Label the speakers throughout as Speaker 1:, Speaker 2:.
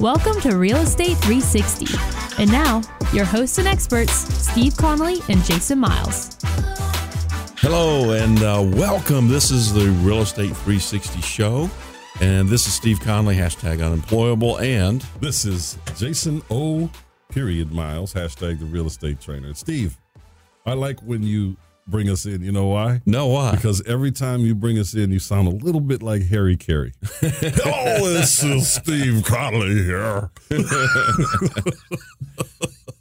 Speaker 1: Welcome to Real Estate 360. And now, your hosts and experts, Steve Connolly and Jason Miles.
Speaker 2: Hello and uh, welcome. This is the Real Estate 360 show. And this is Steve Conley, hashtag unemployable. And
Speaker 3: This is Jason O. Period Miles, hashtag the real estate trainer. Steve, I like when you bring us in. You know why?
Speaker 2: no, why?
Speaker 3: Because every time you bring us in, you sound a little bit like Harry Carey. oh, this is Steve Conley here.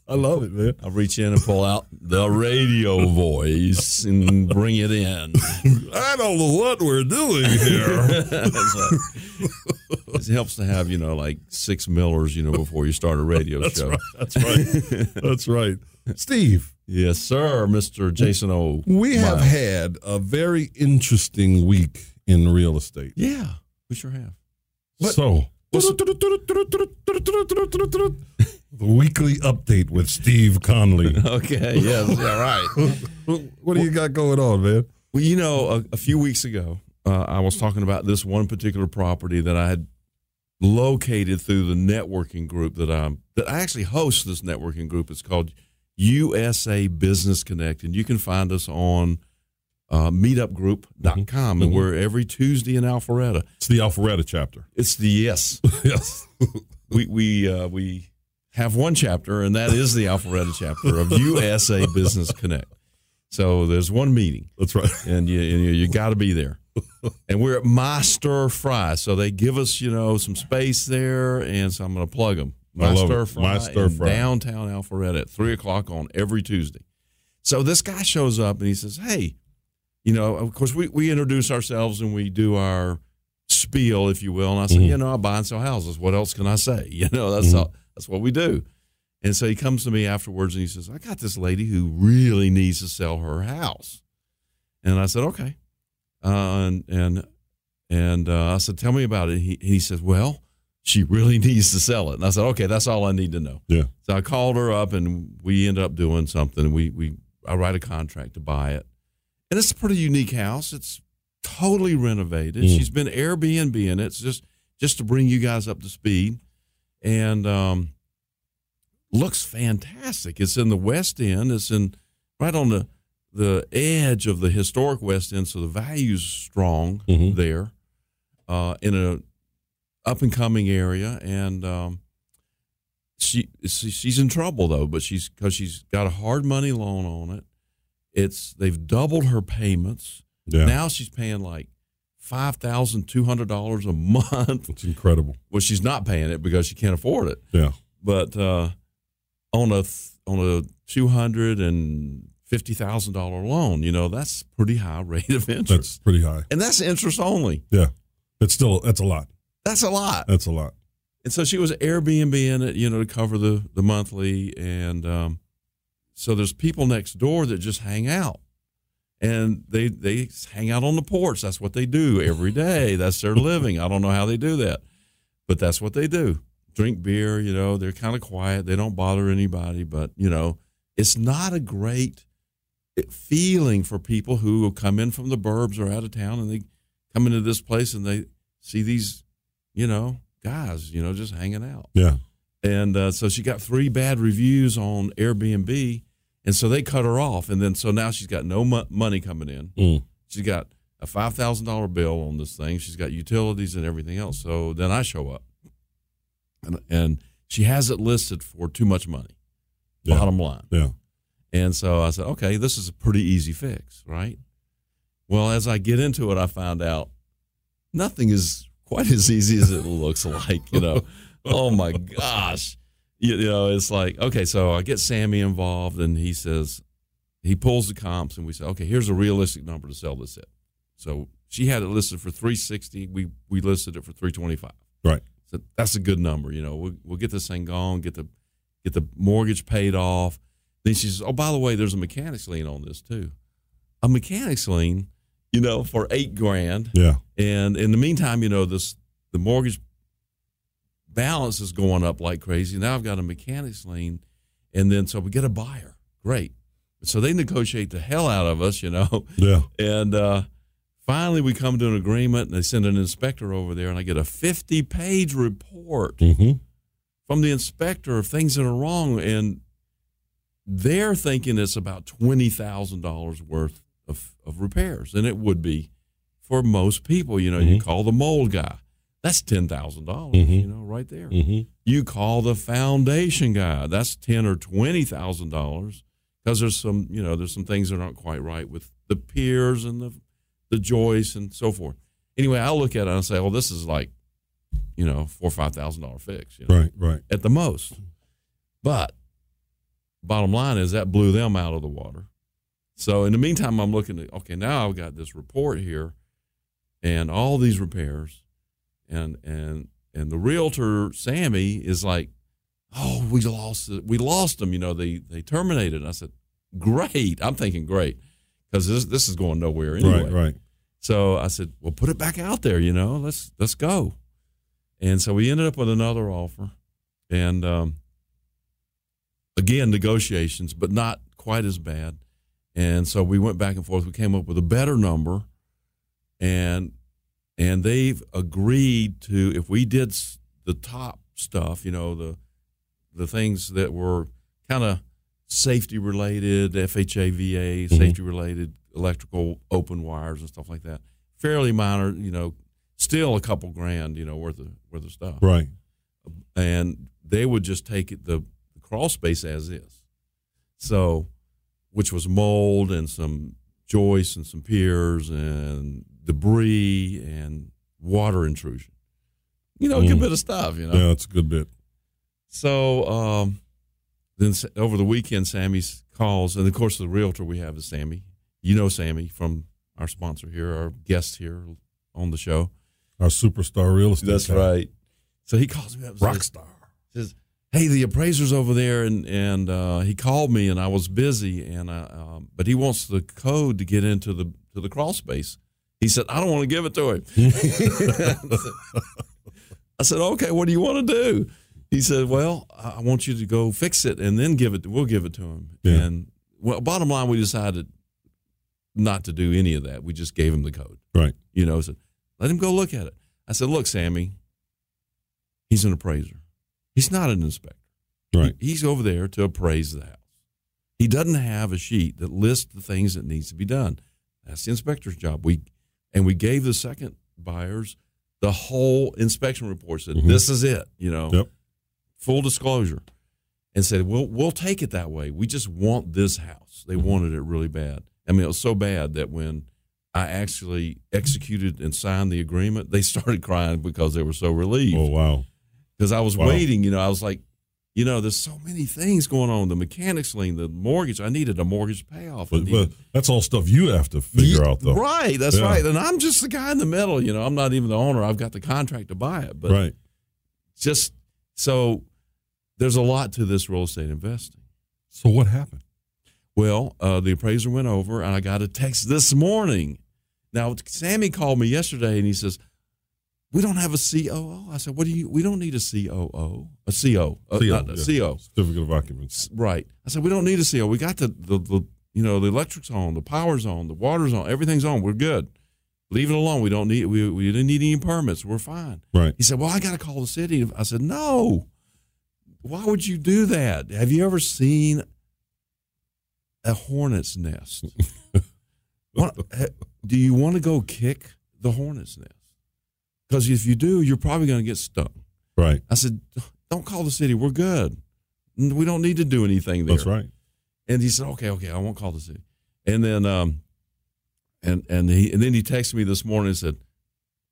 Speaker 3: I love it, man.
Speaker 2: I reach in and pull out the radio voice and bring it in.
Speaker 3: I don't know what we're doing here.
Speaker 2: It helps to have, you know, like six Millers, you know, before you start a radio show.
Speaker 3: That's right. That's right. Steve,
Speaker 2: Yes, sir, Mr. Jason O.
Speaker 3: we have
Speaker 2: Miles.
Speaker 3: had a very interesting week in real estate.
Speaker 2: Yeah, we sure have.
Speaker 3: so, the weekly update with Steve Conley.
Speaker 2: Okay, yes, all right.
Speaker 3: What do you got going on, man?
Speaker 2: Well, you know, a, a few weeks ago, uh, I was talking about this one particular property that I had located through the networking group that I'm that I actually host. This networking group It's called USA Business Connect, and you can find us on uh, meetupgroup.com, and we're every Tuesday in Alpharetta.
Speaker 3: It's the Alpharetta chapter.
Speaker 2: It's the yes,
Speaker 3: Yes.
Speaker 2: we we uh, we have one chapter, and that is the Alpharetta chapter of USA Business Connect. So there's one meeting
Speaker 3: That's right.
Speaker 2: and you and you, you got to be there. and we're at My Stir Fry, so they give us you know some space there, and so I'm going to plug them.
Speaker 3: I
Speaker 2: My
Speaker 3: love
Speaker 2: Stir
Speaker 3: it.
Speaker 2: Fry,
Speaker 3: My Stir
Speaker 2: in
Speaker 3: Fry.
Speaker 2: downtown Alpharetta at three o'clock on every Tuesday. So this guy shows up and he says, "Hey, you know, of course we we introduce ourselves and we do our spiel, if you will." And I say,
Speaker 3: Mhm.
Speaker 2: "You know, I buy and sell houses. What else can I say? You know, that's
Speaker 3: Mhm.
Speaker 2: all, that's what we do." And so he comes to me afterwards and he says, I got this lady who really needs to sell her house. And I said, okay. Uh, and and, and uh, I said, tell me about it. He, he says, well, she really needs to sell it. And I said, okay, that's all I need to know.
Speaker 3: Yeah.
Speaker 2: So I called her up and we end up doing something. And we, we I write a contract to buy it. And it's a pretty unique house. It's totally renovated.
Speaker 3: Mm.
Speaker 2: She's been Airbnb in it. It's just just to bring you guys up to speed. And um, looks fantastic. It's in the West End. It's in right on the the edge of the historic West End, so the value's strong
Speaker 3: Mhm.
Speaker 2: there. Uh, in a up and coming area, and um, she, she she's in trouble though, but she's because she's got a hard money loan on it. It's they've doubled her payments.
Speaker 3: Yeah.
Speaker 2: Now she's paying like five thousand two hundred dollars a month.
Speaker 3: it's incredible.
Speaker 2: Well, she's not paying it because she can't afford it
Speaker 3: Yeah.
Speaker 2: but uh, on a th- on a two hundred and fifty thousand dollar loan, you know that's pretty high rate of interest,
Speaker 3: That's pretty high.
Speaker 2: and that's interest only.
Speaker 3: Yeah. That's still, that's a lot.
Speaker 2: That's a lot.
Speaker 3: That's a lot.
Speaker 2: And so she was Airbnb in it, you know, to cover the the monthly, and um, so there's people next door that just hang out, and they they hang out on the porch. That's what they do every day. That's their living. I don't know how they do that, but that's what they do. Drink beer, you know. They're kind of quiet. They don't bother anybody, but you know, it's not a great eh, feeling for people who come in from the burbs or out of town, and they come into this place and they see these, you know, guys, you know, just hanging out.
Speaker 3: Yeah.
Speaker 2: And uh, so she got three bad reviews on Airbnb. And so they cut her off. And then so now she's got no mo- money coming in.
Speaker 3: Mm.
Speaker 2: She's got a $5,000 bill on this thing. She's got utilities and everything else. So then I show up. And, and she has it listed for too much money,
Speaker 3: Yeah.
Speaker 2: bottom line.
Speaker 3: Yeah.
Speaker 2: And so I said, okay, this is a pretty easy fix, right? Well, as I get into it, I find out nothing is quite as easy as it looks like, you know. oh my gosh. You, you know, it's like, okay, so I get Sammy involved and he says, he pulls the comps and we say, okay, here's a realistic number to sell this at. So she had it listed for 360. We, we listed it for 325.
Speaker 3: Right.
Speaker 2: So that's a good number. You know, we'll, we'll get this thing going, get the get the mortgage paid off. Then she says, "Oh, by the way, there's a mechanics lien on this too. A mechanics lien, you know, for eight grand.
Speaker 3: Yeah.
Speaker 2: And in the meantime, you know, this the mortgage balance is going up like crazy. Now I've got a mechanics lien, and then so we get a buyer. Great. So they negotiate the hell out of us, you know."
Speaker 3: Yeah.
Speaker 2: And uh, finally, we come to an agreement, and they send an inspector over there, and I get a 50 page report
Speaker 3: Mm-hmm.
Speaker 2: from the inspector of things that are wrong, and they're thinking it's about twenty thousand dollars worth of, of repairs, and it would be for most people. You know, you call the mold guy, that's ten dollars. You know, right there.
Speaker 3: Mm-hmm.
Speaker 2: You call the foundation guy, that's ten or twenty thousand dollars because there's some you know there's some things that aren't quite right with the piers and the the joists and so forth. Anyway, I look at it and I say, well, this is like you know four or five thousand dollar fix, you know,
Speaker 3: Right, right.
Speaker 2: at the most. But bottom line is that blew them out of the water. So in the meantime, I'm looking at okay, now I've got this report here, and all these repairs, and and and the realtor Sammy is like, oh, we lost it. we lost them. You know, they they terminated. I said, great. I'm thinking great because this this is going nowhere anyway.
Speaker 3: Right, right.
Speaker 2: So I said, "Well, put it back out there, you know. Let's let's go." And so we ended up with another offer, and um, again negotiations, but not quite as bad. And so we went back and forth. We came up with a better number, and and they've agreed to if we did s- the top stuff, you know, the the things that were kind of safety related, FHA, VA, safety related, electrical open wires and stuff like that. Fairly minor, you know, still a couple grand, you know, worth of worth of stuff.
Speaker 3: Right.
Speaker 2: And they would just take it the, the crawl space as is. So, which was mold and some joists and some piers and debris and water intrusion. You know, a good
Speaker 3: Mm.
Speaker 2: bit of stuff, you know.
Speaker 3: Yeah, that's a good bit.
Speaker 2: So um, then s- over the weekend, Sammy s- calls, and of course, the realtor we have is Sammy. You know Sammy from our sponsor here, our guest here on the show.
Speaker 3: Our superstar real estate. guy.
Speaker 2: right. So he calls me up and
Speaker 3: Rock
Speaker 2: says,
Speaker 3: star.
Speaker 2: says, "Hey, the appraiser's over there," and and uh, he called me, and I was busy, and I, um, but he wants the code to get into the to the crawl space. He said, "I don't want to give it to him." I said, "Okay, what do you want to do?" He said, "Well, I I want you to go fix it, and then give it. We'll give it to him."
Speaker 3: Yeah.
Speaker 2: And well, bottom line, we decided not to do any of that. We just gave him the code
Speaker 3: Right.
Speaker 2: you know, said, let him go look at it. I said, look, Sammy, he's an appraiser. He's not an inspector.
Speaker 3: Right.
Speaker 2: He- he's over there to appraise the house. He doesn't have a sheet that lists the things that needs to be done. That's the inspector's job. We and we gave the second buyers the whole inspection report. Said
Speaker 3: Mhm.
Speaker 2: this is it. You know,
Speaker 3: Yep.
Speaker 2: full disclosure, and said we'll we'll take it that way. We just want this house.
Speaker 3: Mm-hmm.
Speaker 2: They wanted it really bad. I mean, it was so bad that when I actually executed and signed the agreement, they started crying because they were so relieved
Speaker 3: Oh wow.
Speaker 2: because I was
Speaker 3: Wow.
Speaker 2: waiting. You know, I was like, you know, there's so many things going on. The mechanics lien, the mortgage. I needed a mortgage payoff. I
Speaker 3: But, but
Speaker 2: needed-
Speaker 3: that's all stuff you have to figure out though.
Speaker 2: Right, that's
Speaker 3: Yeah.
Speaker 2: right. And I'm just the guy in the middle. You know, I'm not even the owner. I've got the contract to buy it, but
Speaker 3: Right.
Speaker 2: just so there's a lot to this real estate investing.
Speaker 3: So what happened?
Speaker 2: Well, uh, the appraiser went over, and I got a text this morning. Now, Sammy called me yesterday, and he says, "We don't have a COO." I said, "What do you? We don't need a COO, a CO, uh,
Speaker 3: CO,
Speaker 2: not a
Speaker 3: yeah.
Speaker 2: CO,
Speaker 3: Certificate of occupancy.
Speaker 2: Right. I said, we don't need a seal. We got the, the, the you know, the electric's on, the power's on, the water's on, everything's on. We're good. Leave it alone. We don't need we, we didn't need any permits. We're fine.
Speaker 3: Right.
Speaker 2: He said, Well, I gotta call the city. I said, No. Why would you do that? Have you ever seen a hornet's nest? what, eh, do you want to go kick the hornet's nest? Because if you do, you're probably gonna get stung.
Speaker 3: Right.
Speaker 2: I said, "Don't call the city. We're good. We don't need to do anything there."
Speaker 3: That's right.
Speaker 2: And he said, "Okay, okay, I won't call the city." And then, um, and and he and then he texted me this morning and said,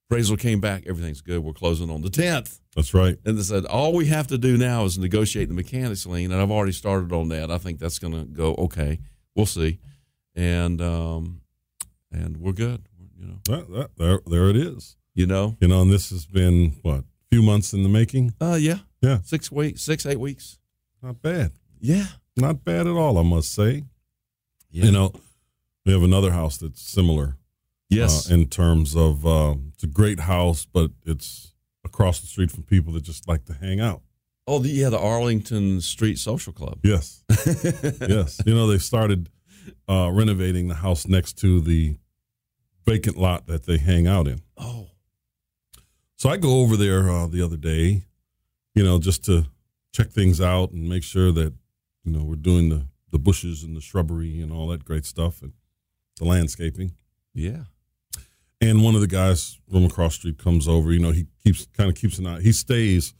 Speaker 2: "Appraisal came back. Everything's good. We're closing on the 10th."
Speaker 3: That's right.
Speaker 2: And they said, "All we have to do now is negotiate the mechanics lien." And I've already started on that. I think that's going to go okay. We'll see. And um, and we're good. You know,
Speaker 3: That, that, there, there it is.
Speaker 2: you know,
Speaker 3: You know, and this has been what few months in the making.
Speaker 2: uh, yeah,
Speaker 3: Yeah.
Speaker 2: six weeks, six eight weeks.
Speaker 3: Not bad.
Speaker 2: Yeah,
Speaker 3: Not bad at all. I must say.
Speaker 2: yeah.
Speaker 3: You know, we have another house that's similar.
Speaker 2: yes,
Speaker 3: uh, in terms of um, it's a great house, but it's across the street from people that just like to hang out.
Speaker 2: Oh, the, yeah, the Arlington Street Social Club.
Speaker 3: Yes, yes. You know, they started uh, renovating the house next to the vacant lot that they hang out in.
Speaker 2: oh,
Speaker 3: So I go over there uh, the other day, you know, just to check things out and make sure that you know we're doing the the bushes and the shrubbery and all that great stuff and the landscaping.
Speaker 2: Yeah.
Speaker 3: And one of the guys from across the street comes over. You know, he keeps kind of keeps an eye. He stays.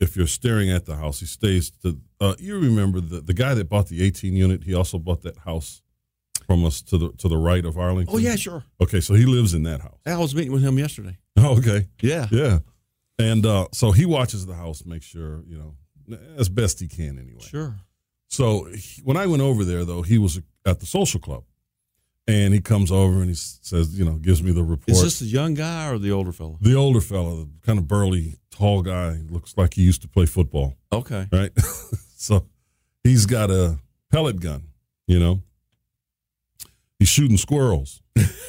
Speaker 3: If you're staring at the house, he stays to. Uh, you remember the the guy that bought the 18 unit? He also bought that house from us to the to the right of Arlington.
Speaker 2: Oh yeah, sure.
Speaker 3: Okay, so he lives in that house.
Speaker 2: I was meeting with him yesterday.
Speaker 3: Oh, okay.
Speaker 2: Yeah.
Speaker 3: Yeah. And uh, so he watches the house, make sure you know as best he can anyway.
Speaker 2: Sure.
Speaker 3: So he, when I went over there, though, he was at the social club, and he comes over and he s- says, you know, gives me the report.
Speaker 2: Is this the young guy or the older fellow?
Speaker 3: the older fella, the kind of burly, tall guy, looks like he used to play football,
Speaker 2: Okay.
Speaker 3: right? so he's got a pellet gun, you know. He's shooting squirrels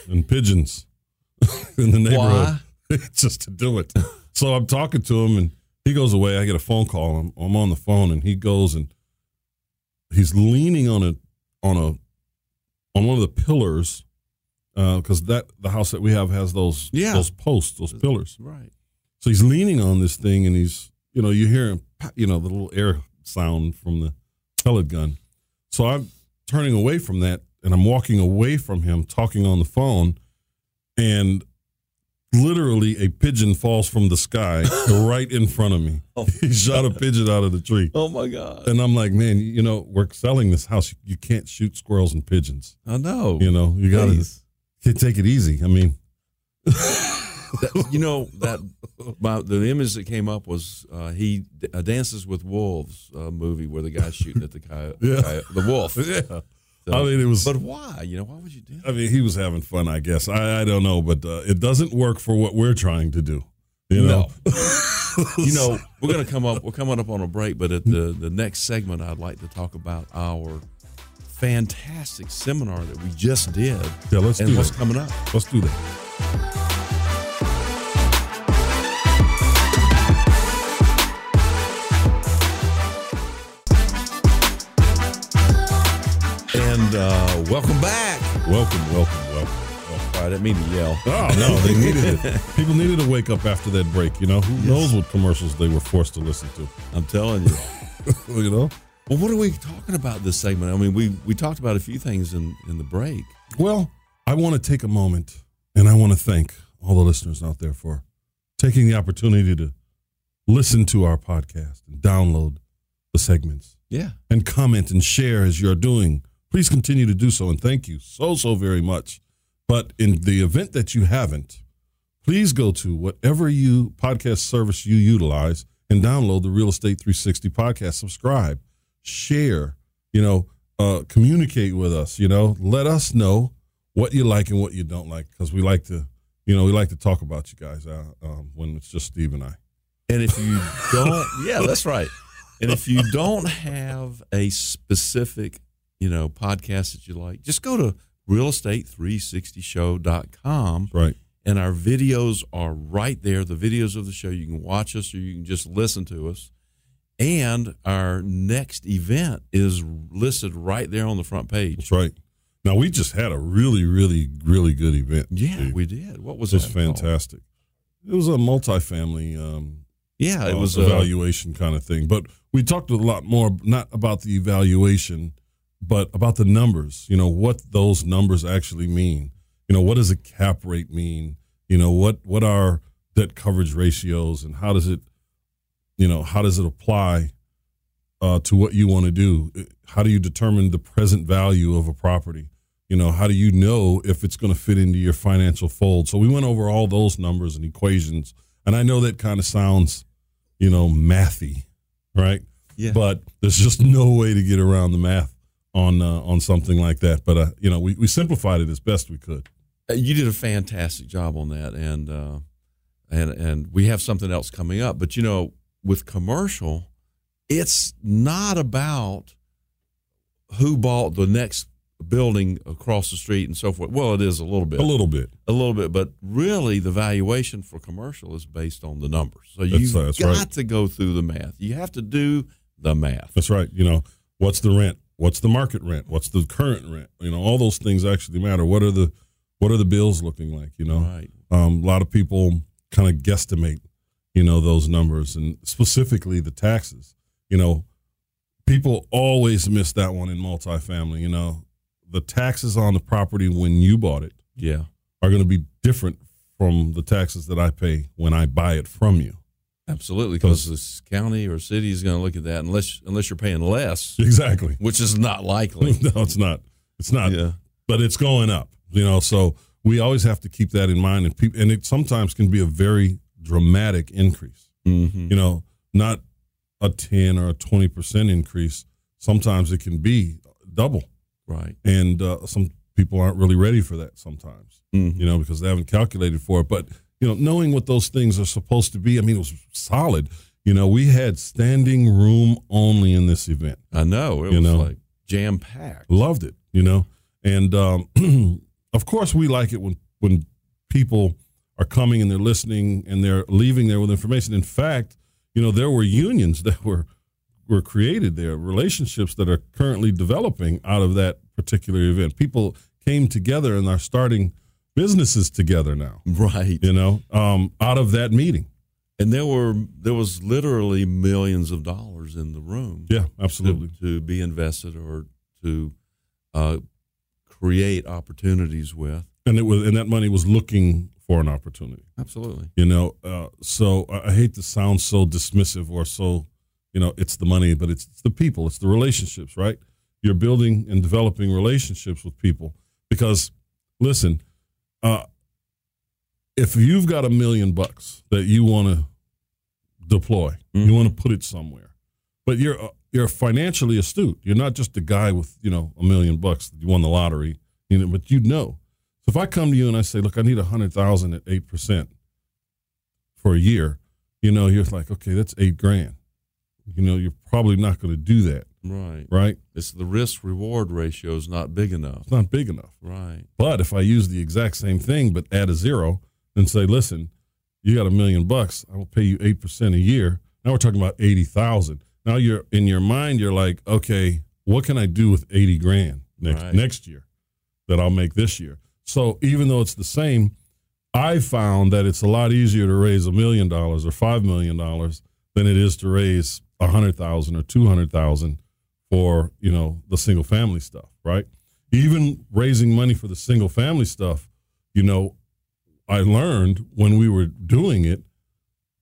Speaker 3: and pigeons in the neighborhood
Speaker 2: Why?
Speaker 3: just to do it. So I'm talking to him, and he goes away. I get a phone call. I'm, I'm on the phone, and he goes and he's leaning on a on a on one of the pillars because that the house that we have has those
Speaker 2: Yeah.
Speaker 3: those posts, those pillars.
Speaker 2: Right.
Speaker 3: So he's leaning on this thing, and he's you know you hear him, pa- you know the little air sound from the pellet gun. So I'm turning away from that, and I'm walking away from him, talking on the phone, and literally a pigeon falls from the sky right in front of me.
Speaker 2: Oh.
Speaker 3: He shot a pigeon out of the tree.
Speaker 2: Oh my God.
Speaker 3: And I'm like, man, you know, we're selling this house. You can't shoot squirrels and pigeons.
Speaker 2: I know.
Speaker 3: You know, you gotta
Speaker 2: Please.
Speaker 3: you take it easy. I mean,
Speaker 2: That- you know that my, the image that came up was uh, he uh, dances with wolves uh, movie where the guy's shooting at the coy-
Speaker 3: Yeah.
Speaker 2: coy- the wolf.
Speaker 3: yeah.
Speaker 2: So-
Speaker 3: I mean, it was
Speaker 2: but why? You know, why would you do that?
Speaker 3: I mean, he was having fun, I guess. I, I don't know, but uh, it doesn't work for what we're trying to do. You know,
Speaker 2: you know, we're gonna come up. We're coming up on a break, but at the the next segment, I'd like to talk about our fantastic seminar that we just did
Speaker 3: Yeah, let's
Speaker 2: and
Speaker 3: do
Speaker 2: what's
Speaker 3: that.
Speaker 2: coming up.
Speaker 3: Let's do that.
Speaker 2: And uh, welcome back.
Speaker 3: Welcome, welcome, welcome. welcome.
Speaker 2: All right, I didn't mean to yell.
Speaker 3: Oh no, they needed it. People needed to wake up after that break. You know, who knows what commercials they were forced to listen to?
Speaker 2: I'm telling you.
Speaker 3: you know.
Speaker 2: Well, what are we talking about this segment? I mean, we we talked about a few things in in the break.
Speaker 3: Well, I want to take a moment and I want to thank all the listeners out there for taking the opportunity to listen to our podcast and download the segments.
Speaker 2: Yeah.
Speaker 3: and comment and share as you're doing. Please continue to do so and thank you so, so very much. But in the event that you haven't, please go to whatever you podcast service you utilize and download the Real Estate 360 podcast. Subscribe, share, you know, uh, communicate with us, you know, let us know what you like and what you don't like because we like to, you know, we like to talk about you guys uh, um, when it's just Steve and I.
Speaker 2: And if you don't, yeah, that's right. And if you don't have a specific, you know, podcast that you like, just go to realestate360show.com
Speaker 3: Right.
Speaker 2: and our videos are right there. The videos of the show, you can watch us or you can just listen to us. And our next event is listed right there on the front page.
Speaker 3: That's right. Now, we just had a really, really, really good event.
Speaker 2: Yeah,
Speaker 3: Steve.
Speaker 2: we did. What was
Speaker 3: It was
Speaker 2: that called?
Speaker 3: fantastic. It was a multifamily um,
Speaker 2: Yeah, it
Speaker 3: uh,
Speaker 2: was uh,
Speaker 3: evaluation kind of thing, but we talked a lot more not about the evaluation, but about the numbers. You know what those numbers actually mean. You know what does a cap rate mean? You know what what are debt coverage ratios and how does it, you know, how does it apply uh, to what you want to do? How do you determine the present value of a property? you know how do you know if it's going to fit into your financial fold so we went over all those numbers and equations and i know that kind of sounds you know mathy right
Speaker 2: Yeah.
Speaker 3: but there's just no way to get around the math on uh, on something like that but uh, you know we, we simplified it as best we could
Speaker 2: Uh, you did a fantastic job on that, and uh, and and we have something else coming up. But you know, with commercial, it's not about who bought the next building across the street and so forth. Well, it is a little bit,
Speaker 3: a little bit
Speaker 2: a little bit, but really the valuation for commercial is based on the numbers. So
Speaker 3: That's-
Speaker 2: you've
Speaker 3: that's
Speaker 2: got
Speaker 3: right.
Speaker 2: to go through the math. You have to do the math.
Speaker 3: that's right you know what's the rent what's the market rent what's the current rent you know all those things actually matter what are the what are the bills looking like you know
Speaker 2: Right.
Speaker 3: um, a lot of people kind of guesstimate you know those numbers and specifically the taxes You know, people always miss that one in multifamily. You know, the taxes on the property when you bought it
Speaker 2: Yeah.
Speaker 3: are going to be different from the taxes that I pay when I buy it from you.
Speaker 2: Absolutely, because this county or city is going to look at that unless unless you're paying less,
Speaker 3: Exactly.
Speaker 2: which is not likely.
Speaker 3: no, it's not. It's not. But it's going up. You know, so we always have to keep that in mind, and people, and it sometimes can be a very dramatic increase.
Speaker 2: hmm
Speaker 3: you know, not a 10 or a 20% increase. Sometimes it can be double.
Speaker 2: Right.
Speaker 3: And uh, some people aren't really ready for that sometimes,
Speaker 2: Mhm.
Speaker 3: you know, because they haven't calculated for it. But, you know, knowing what those things are supposed to be, I mean, it was solid. You know, we had standing room only in this event.
Speaker 2: I know. It
Speaker 3: You
Speaker 2: was
Speaker 3: know.
Speaker 2: like jam packed.
Speaker 3: Loved it, you know. And um, of course, we like it when when people are coming and they're listening and they're leaving there with information. In fact, you know, there were unions that were were created there, relationships that are currently developing out of that particular event. People came together and are starting businesses together now.
Speaker 2: Right.
Speaker 3: You know, um, out of that meeting.
Speaker 2: And there were there was literally millions of dollars in the room.
Speaker 3: Yeah,
Speaker 2: to-
Speaker 3: absolutely.
Speaker 2: To, be invested or to uh, create opportunities with.
Speaker 3: And it was, and that money was looking for an opportunity.
Speaker 2: Absolutely.
Speaker 3: you know uh, so I I hate to sound so dismissive or so you know it's the money but it's, it's the people it's the relationships right you're building and developing relationships with people because listen uh, if you've got a million bucks that you want to deploy you
Speaker 2: Mhm.
Speaker 3: want to put it somewhere but you're uh, you're financially astute you're not just a guy with you know a million bucks that you won the lottery you know but you know so if i come to you and i say look i need a hundred thousand at eight percent for a year, you know, you're like, okay, that's eight grand. You know, you're probably not going to do that,
Speaker 2: Right.
Speaker 3: right?
Speaker 2: It's the risk reward ratio is not big enough.
Speaker 3: It's not big enough.
Speaker 2: Right.
Speaker 3: But if I use the exact same thing but add a zero and say, listen, you got a million bucks, I will pay you eight percent a year. Now we're talking about eighty thousand. Now you're in your mind, you're like, okay, what can I do with eighty grand next
Speaker 2: Right.
Speaker 3: next year that I'll make this year? So even though it's the same, I found that it's a lot easier to raise a million dollars or five million dollars than it is to raise a hundred thousand or two hundred thousand for you know the single family stuff, right? Even raising money for the single family stuff, you know, I learned when we were doing it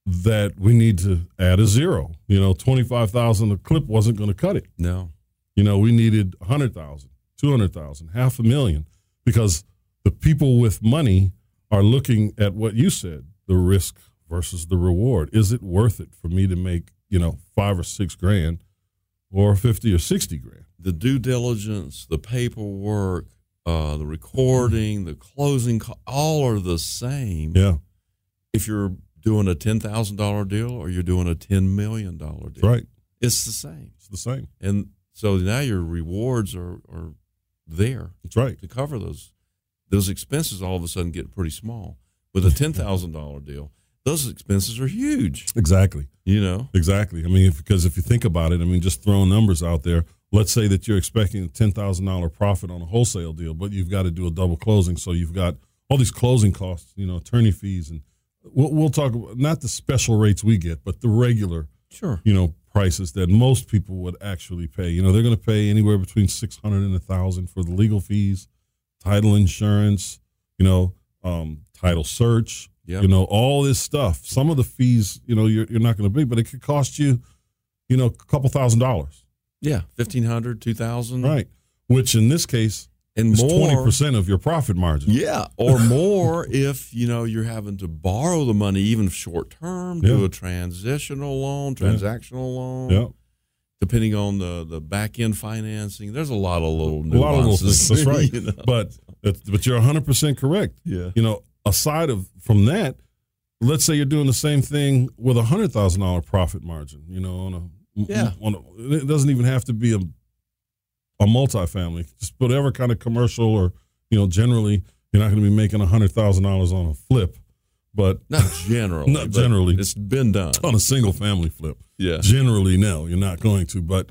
Speaker 3: that we need to add a zero. You know, 25,000 a clip wasn't going to cut it.
Speaker 2: No.
Speaker 3: You know, we needed 100,000, 200,000, half a million because the people with money are looking at what you said, the risk versus the reward. Is it worth it for me to make, you know, 5 or 6 grand or 50 or 60 grand?
Speaker 2: The due diligence, the paperwork, uh, the recording, the closing, co- all are the same.
Speaker 3: Yeah,
Speaker 2: If you're doing a ten thousand dollar deal or you're doing a ten million dollar deal,
Speaker 3: right.
Speaker 2: it's the same.
Speaker 3: It's the same.
Speaker 2: And so now your rewards are, are there.
Speaker 3: That's right.
Speaker 2: to cover those those expenses all of a sudden get pretty small with a ten thousand dollar deal those expenses are huge
Speaker 3: Exactly.
Speaker 2: you know
Speaker 3: Exactly. I mean, if, because if you think about it, I mean, just throwing numbers out there. Let's say that you're expecting a ten thousand dollar profit on a wholesale deal, but you've got to do a double closing, so you've got all these closing costs, you know, attorney fees, and we'll, we'll talk about not the special rates we get, but the regular,
Speaker 2: sure
Speaker 3: you know, prices that most people would actually pay. You know, they're going to pay anywhere between six hundred and a thousand for the legal fees, title insurance, you know, um, title search,
Speaker 2: yeah
Speaker 3: you know all this stuff some of the fees you know you're, you're not going to be but it could cost you you know a couple thousand dollars
Speaker 2: yeah 1500 2000
Speaker 3: right which in this case
Speaker 2: and
Speaker 3: is
Speaker 2: Mm-hmm. more
Speaker 3: 20% of your profit margin
Speaker 2: yeah or more if you know you're having to borrow the money even short term do
Speaker 3: Yeah.
Speaker 2: a transitional loan
Speaker 3: Yeah.
Speaker 2: transactional loan
Speaker 3: yeah
Speaker 2: depending on the the back end financing there's a lot of little
Speaker 3: a
Speaker 2: nuances
Speaker 3: lot of little things that's right
Speaker 2: you know?
Speaker 3: but that's- but you're 100% correct
Speaker 2: yeah
Speaker 3: you know aside of from that let's say you're doing the same thing with a hundred thousand dollar profit margin you know on a
Speaker 2: Yeah.
Speaker 3: on a, it doesn't even have to be a a multifamily just whatever kind of commercial or you know generally you're not going to be making a hundred thousand dollars on a flip but
Speaker 2: not generally
Speaker 3: Not
Speaker 2: but
Speaker 3: generally.
Speaker 2: it's been done
Speaker 3: on a single family flip
Speaker 2: yeah
Speaker 3: generally no you're not going to but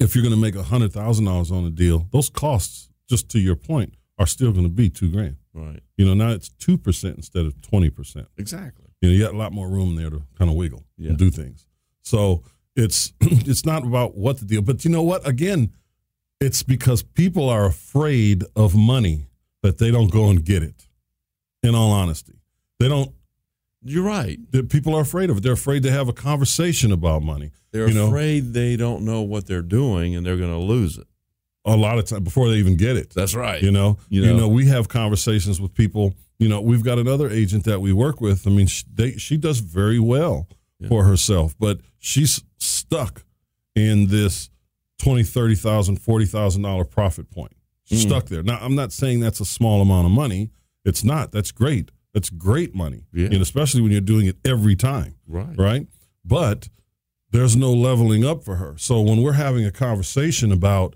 Speaker 3: if you're going to make a hundred thousand dollars on a deal those costs just to your point are still going to be two grand
Speaker 2: right
Speaker 3: you know now it's two percent instead of twenty percent
Speaker 2: exactly
Speaker 3: you know, you got a lot more room there to kind of wiggle
Speaker 2: Yeah.
Speaker 3: and do things. So It's it's not about what the deal, but you know what? Again, it's because people are afraid of money that they don't go and get it. In all honesty, they don't.
Speaker 2: You're right.
Speaker 3: The people are afraid of it. They're afraid to have a conversation about money.
Speaker 2: They're
Speaker 3: You know-
Speaker 2: afraid they don't know what they're doing and they're going to lose it.
Speaker 3: A lot of time before they even get it.
Speaker 2: That's right.
Speaker 3: You know,
Speaker 2: You
Speaker 3: you
Speaker 2: know.
Speaker 3: know, we have conversations with people. You know, we've got another agent that we work with. I mean, she, they, she does very well
Speaker 2: Yeah.
Speaker 3: for herself, but she's stuck in this twenty, thirty thousand, forty thousand dollar profit point. She's
Speaker 2: Mm.
Speaker 3: Stuck there. Now, I'm not saying that's a small amount of money. It's not. That's great. That's great money,
Speaker 2: Yeah.
Speaker 3: and especially when you're doing it every time
Speaker 2: right.
Speaker 3: right? But there's no leveling up for her. So when we're having a conversation about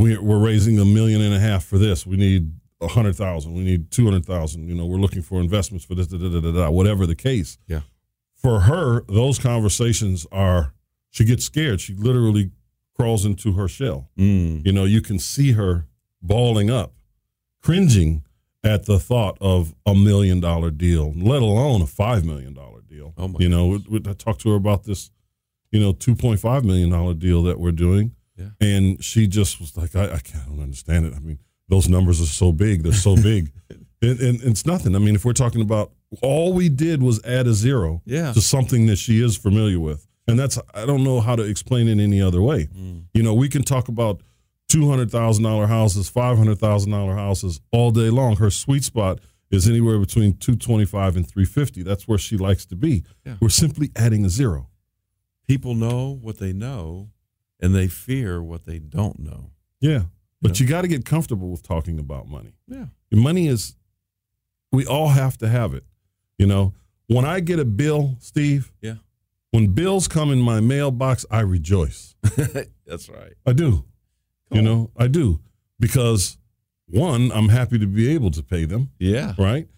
Speaker 3: we're, we're raising a million and a half for this, we need a hundred thousand, we need two hundred thousand. You know, we're looking for investments for this, da, da, da, da, da, whatever the case.
Speaker 2: Yeah.
Speaker 3: For her, those conversations are. She gets scared. She literally crawls into her shell.
Speaker 2: Mm.
Speaker 3: You know, you can see her balling up, cringing at the thought of a million dollar deal, let alone a five million dollar deal.
Speaker 2: Oh my
Speaker 3: you know, we, we- I talked to her about this, you know, two point five million dollar deal that we're doing,
Speaker 2: Yeah.
Speaker 3: and she just was like, I, I can't I don't understand it. I mean, those numbers are so big; they're so big, and, and it's nothing. I mean, if we're talking about all we did was add a zero
Speaker 2: Yeah.
Speaker 3: to something that she is familiar with. And that's I don't know how to explain it any other way.
Speaker 2: Mm.
Speaker 3: You know, we can talk about two hundred thousand dollar houses, five hundred thousand dollar houses all day long. Her sweet spot is anywhere between two twenty five and three fifty. That's where she likes to be.
Speaker 2: Yeah.
Speaker 3: We're simply adding a zero.
Speaker 2: People know what they know and they fear what they don't know.
Speaker 3: Yeah. But
Speaker 2: Yeah.
Speaker 3: you got to get comfortable with talking about money.
Speaker 2: Yeah.
Speaker 3: Money is we all have to have it. You know, when I get a bill, Steve,
Speaker 2: Yeah.
Speaker 3: when bills come in my mailbox, I rejoice.
Speaker 2: That's right.
Speaker 3: I do.
Speaker 2: Cool.
Speaker 3: You know, I do because one, I'm happy to be able to pay them,
Speaker 2: Yeah.
Speaker 3: right?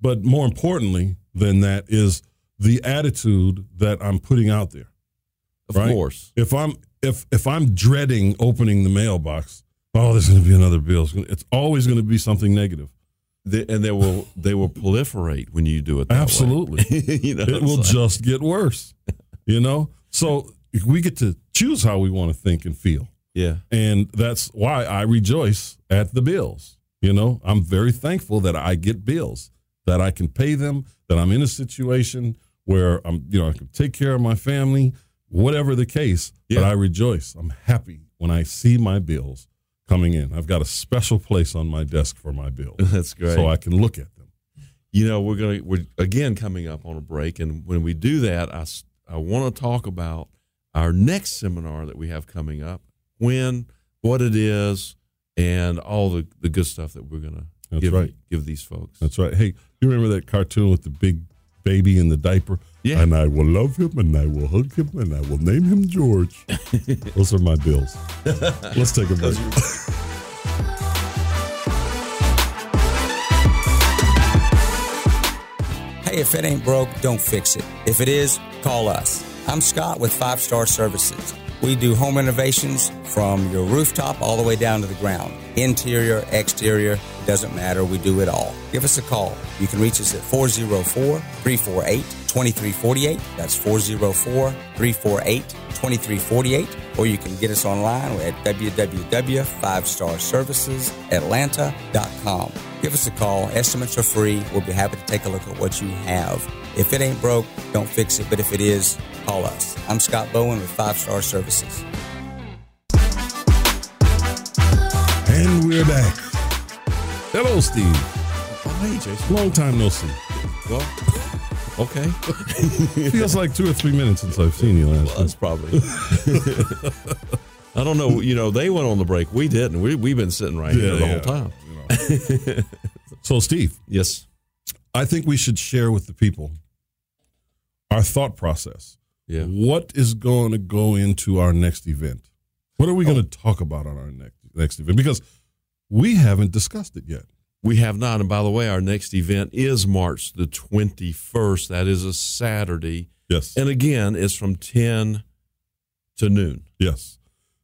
Speaker 3: But more importantly than that is the attitude that I'm putting out there.
Speaker 2: Of
Speaker 3: Right.
Speaker 2: course.
Speaker 3: If I'm if if I'm dreading opening the mailbox, oh, there's going to be another bill. It's, gonna, it's always going to be something negative.
Speaker 2: They, and they will they will proliferate when you do it. That way.
Speaker 3: Absolutely.
Speaker 2: you know,
Speaker 3: it will
Speaker 2: it's like-
Speaker 3: just get worse. You know? So we get to choose how we want to think and feel.
Speaker 2: yeah.
Speaker 3: And that's why I rejoice at the bills. You know, I'm very thankful that I get bills, that I can pay them, that I'm in a situation where I'm, you know, I can take care of my family, whatever the case.
Speaker 2: Yeah.
Speaker 3: But I rejoice. I'm happy when I see my bills coming in. I've got a special place on my desk for my bills.
Speaker 2: That's great.
Speaker 3: So I can look at them.
Speaker 2: you know we're going to we're again coming up on a break and when we do that i s- i want to talk about our next seminar that we have coming up when what it is and all the the good stuff that we're going to
Speaker 3: That's
Speaker 2: give
Speaker 3: right.
Speaker 2: give these folks
Speaker 3: That's right. Hey, you remember that cartoon with the big baby in the diaper?
Speaker 2: Yeah.
Speaker 3: And I will love him and I will hug him and I will name him George. Those are my bills. Let's take a break.
Speaker 4: Hey, if it ain't broke, don't fix it. If it is, call us. I'm Scott with Five Star Services. We do home renovations from your rooftop all the way down to the ground. Interior, exterior, doesn't matter. We do it all. Give us a call. You can reach us at 404 348 2348. That's 404 348 2348. Or you can get us online at www.5starservicesatlanta.com. Give us a call. Estimates are free. We'll be happy to take a look at what you have. If it ain't broke, don't fix it. But if it is, call us. I'm Scott Bowen with Five Star Services.
Speaker 3: And we're back. Hello, Steve.
Speaker 2: oh, hey jason
Speaker 3: Long time no see.
Speaker 2: well okay
Speaker 3: Feels like two or three minutes since I've seen you last.
Speaker 2: that's probably i don't know you know they went on the break we didn't we, we've been sitting right here the whole time
Speaker 3: You know. so, Steve,
Speaker 2: yes
Speaker 3: I think we should share with the people our thought process.
Speaker 2: yeah
Speaker 3: What is going to go into our next event? What are we going to talk about on our next next event? Because we haven't discussed it yet.
Speaker 2: We have not. And by the way, our next event is March the 21st. That is a Saturday.
Speaker 3: Yes.
Speaker 2: And again, it's from 10 to noon.
Speaker 3: yes.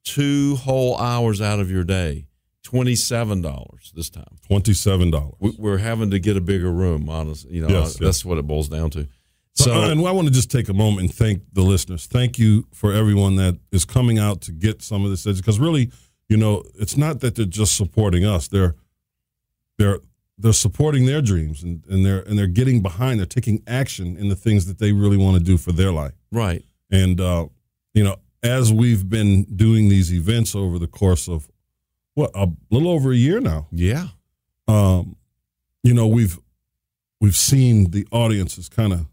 Speaker 2: Two whole hours out of your day, $27 this time.
Speaker 3: Twenty seven dollars.
Speaker 2: We- We're having to get a bigger room, honestly. You know,
Speaker 3: Yes,
Speaker 2: that's what it boils down to.
Speaker 3: So, and I want to just take a moment and thank the listeners. Thank you for everyone that is coming out to get some of this because really, you know, it's not that they're just supporting us; they're they're they're supporting their dreams and, and they're and they're getting behind. They're taking action in the things that they really want to do for their life.
Speaker 2: right.
Speaker 3: And uh, you know, as we've been doing these events over the course of what a little over a year now,
Speaker 2: Yeah.
Speaker 3: um, you know we've we've seen the audiences kind of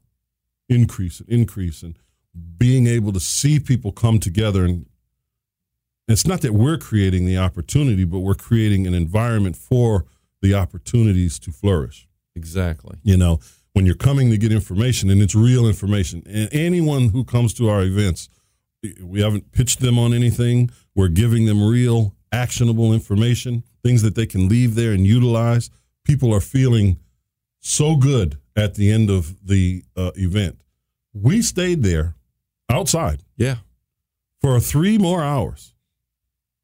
Speaker 3: increase and increase and being able to see people come together and it's not that we're creating the opportunity but we're creating an environment for the opportunities to flourish
Speaker 2: Exactly.
Speaker 3: you know when you're coming to get information and it's real information and anyone who comes to our events we haven't pitched them on anything we're giving them real actionable information things that they can leave there and utilize people are feeling so good at the end of the uh, event we stayed there outside
Speaker 2: Yeah.
Speaker 3: for three more hours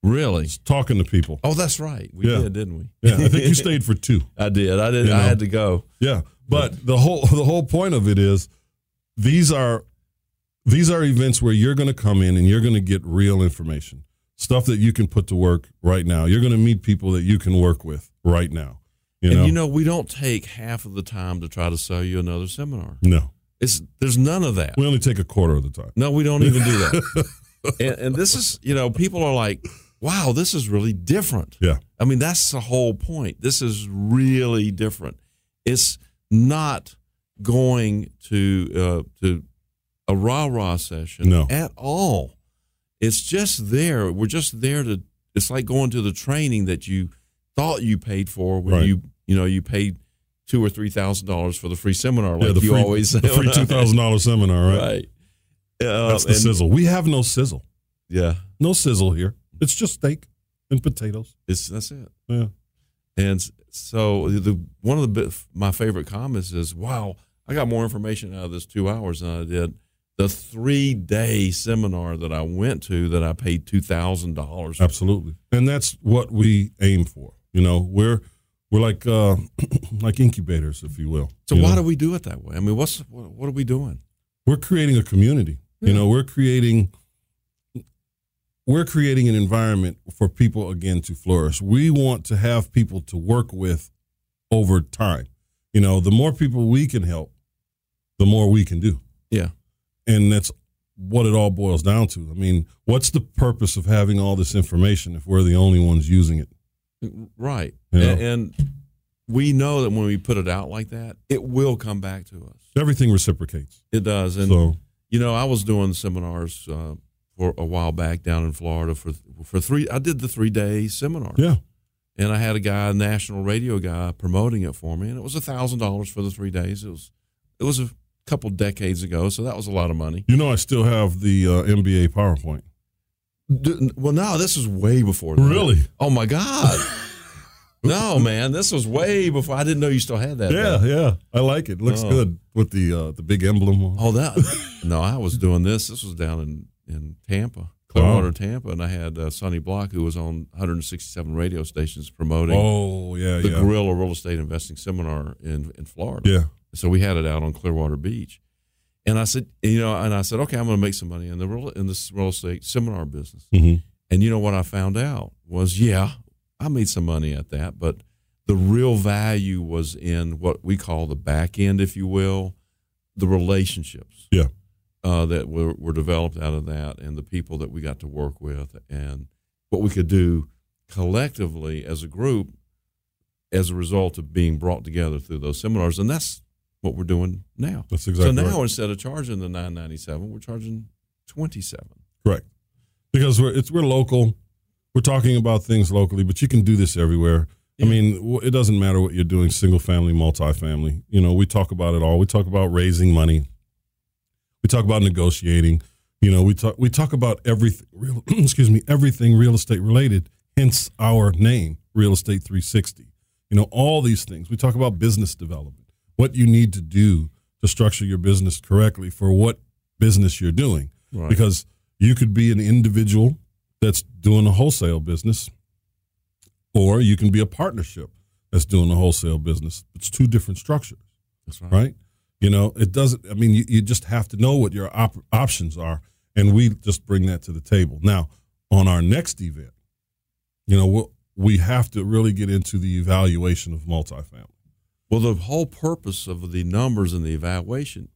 Speaker 2: Really.
Speaker 3: talking to people
Speaker 2: Oh, that's right. We
Speaker 3: Yeah.
Speaker 2: did, didn't we?
Speaker 3: yeah i think you stayed for two
Speaker 2: I did. I did.
Speaker 3: You
Speaker 2: I
Speaker 3: know.
Speaker 2: had to go.
Speaker 3: Yeah, but the whole the whole point of it is these are these are events where you're going to come in and you're going to get real information, stuff that you can put to work right now. You're going to meet people that you can work with right now. You
Speaker 2: and
Speaker 3: know,
Speaker 2: you know, we don't take half of the time to try to sell you another seminar.
Speaker 3: no,
Speaker 2: It's there's none of that.
Speaker 3: we only take a quarter of the time.
Speaker 2: No, we don't even do that. and, and this is, you know, people are like, "Wow, this is really different."
Speaker 3: Yeah,
Speaker 2: I mean, that's the whole point. This is really different. It's not going to uh, to a rah rah session
Speaker 3: No.
Speaker 2: at all. It's just there. We're just there to. It's like going to the training that you thought you paid for when
Speaker 3: Right.
Speaker 2: you you know you paid two or three thousand dollars for the free seminar, like
Speaker 3: yeah. The
Speaker 2: you
Speaker 3: free,
Speaker 2: always say.
Speaker 3: the free two thousand dollars seminar, right?
Speaker 2: right? Uh,
Speaker 3: That's the
Speaker 2: and-
Speaker 3: sizzle. We have no sizzle,
Speaker 2: yeah,
Speaker 3: no sizzle here. It's just steak and potatoes.
Speaker 2: it's that's it.
Speaker 3: Yeah,
Speaker 2: And s- so the one of the bi- my favorite comments is, "Wow, I got more information out of this two hours than I did the three day seminar that I went to that I paid two thousand dollars."
Speaker 3: Absolutely, and that's what we aim for. You know, we're we're like uh, like incubators, if you will.
Speaker 2: So
Speaker 3: you
Speaker 2: why
Speaker 3: know?
Speaker 2: do we do it that way? I mean, what's what, what are we Hmm. doing?
Speaker 3: we're creating a community? You know, we're creating we're creating an environment for people again to flourish. We want to have people to work with over time. You know, the more people we can help, the more we can do.
Speaker 2: Yeah,
Speaker 3: and that's what it all boils down to. I mean, what's the purpose of having all this information if we're the only ones using it?
Speaker 2: right.
Speaker 3: Yeah.
Speaker 2: And, and we know that when we put it out like that, it will come back to us.
Speaker 3: Everything reciprocates.
Speaker 2: It does. And
Speaker 3: so
Speaker 2: You know, I was doing seminars uh, for a while back down in Florida for for three. I did the three day seminar.
Speaker 3: yeah,
Speaker 2: and I had a guy, a national radio guy, promoting it for me, and it was a thousand dollars for the three days. It was it was a couple decades ago, so that was a lot of money.
Speaker 3: you know, I still have the uh, MBA PowerPoint.
Speaker 2: D- well, no, this was way before. That.
Speaker 3: Really?
Speaker 2: Oh my God! no, man, this was way before. I didn't know you still had that.
Speaker 3: Yeah,
Speaker 2: though.
Speaker 3: yeah, I like it. Looks
Speaker 2: Oh.
Speaker 3: good with the uh, the big emblem on.
Speaker 2: Oh, that. no, I was doing this. This was down in in Tampa, Clearwater, Tampa, and I had uh, Sonny Block, who was on 167 radio stations promoting
Speaker 3: Oh, yeah,
Speaker 2: the
Speaker 3: yeah,
Speaker 2: Guerrilla Real Estate Investing Seminar in in Florida.
Speaker 3: yeah.
Speaker 2: So we had it out on Clearwater Beach, and I said, you know, and I said, okay, I'm going to make some money in the real in this real estate seminar business.
Speaker 3: Mhm.
Speaker 2: And you know what I found out was, yeah, I made some money at that, but the real value was in what we call the back end, if you will, the relationships
Speaker 3: Yeah.
Speaker 2: uh, that were, were developed out of that, and the people that we got to work with, and what we could do collectively as a group as a result of being brought together through those seminars, and that's what we're doing now.
Speaker 3: That's exactly
Speaker 2: so now
Speaker 3: right.
Speaker 2: instead of charging the nine ninety seven, we're charging twenty seven.
Speaker 3: Correct. Because we're it's we're local. We're talking about things locally, but you can do this everywhere. I mean, w- it doesn't matter what you're doing, single family, multifamily. You know, we talk about it all. We talk about raising money. We talk about negotiating. You know, we talk we talk about everything real excuse me, everything real estate related, hence our name, Real Estate 360. You know, all these things. We talk about business development. What you need to do to structure your business correctly for what business you're doing
Speaker 2: Right.
Speaker 3: because you could be an individual that's doing a wholesale business or you can be a partnership that's doing a wholesale business it's two different structures
Speaker 2: That's
Speaker 3: right You know, it doesn't. I mean, you, you just have to know what your op- options are, and we just bring that to the table. Now, on our next event, you know, we'll, we have to really get into the evaluation of multifamily.
Speaker 2: Well, the whole purpose of the numbers and the evaluation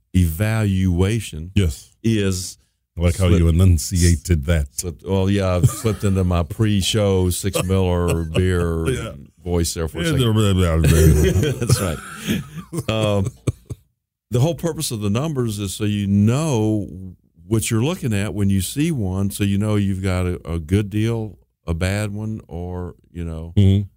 Speaker 2: evaluation
Speaker 3: Yes,
Speaker 2: is
Speaker 3: I like how
Speaker 2: Slip-
Speaker 3: you enunciated that.
Speaker 2: slipped, well, yeah, I've slipped into my pre-show six Miller beer
Speaker 3: Yeah.
Speaker 2: voice there for a second.
Speaker 3: That's
Speaker 2: That's right. Um, the whole purpose of the numbers is so you know what you're looking at when you see one, so you know you've got a, a good deal, a bad one, or you know,
Speaker 3: Mhm.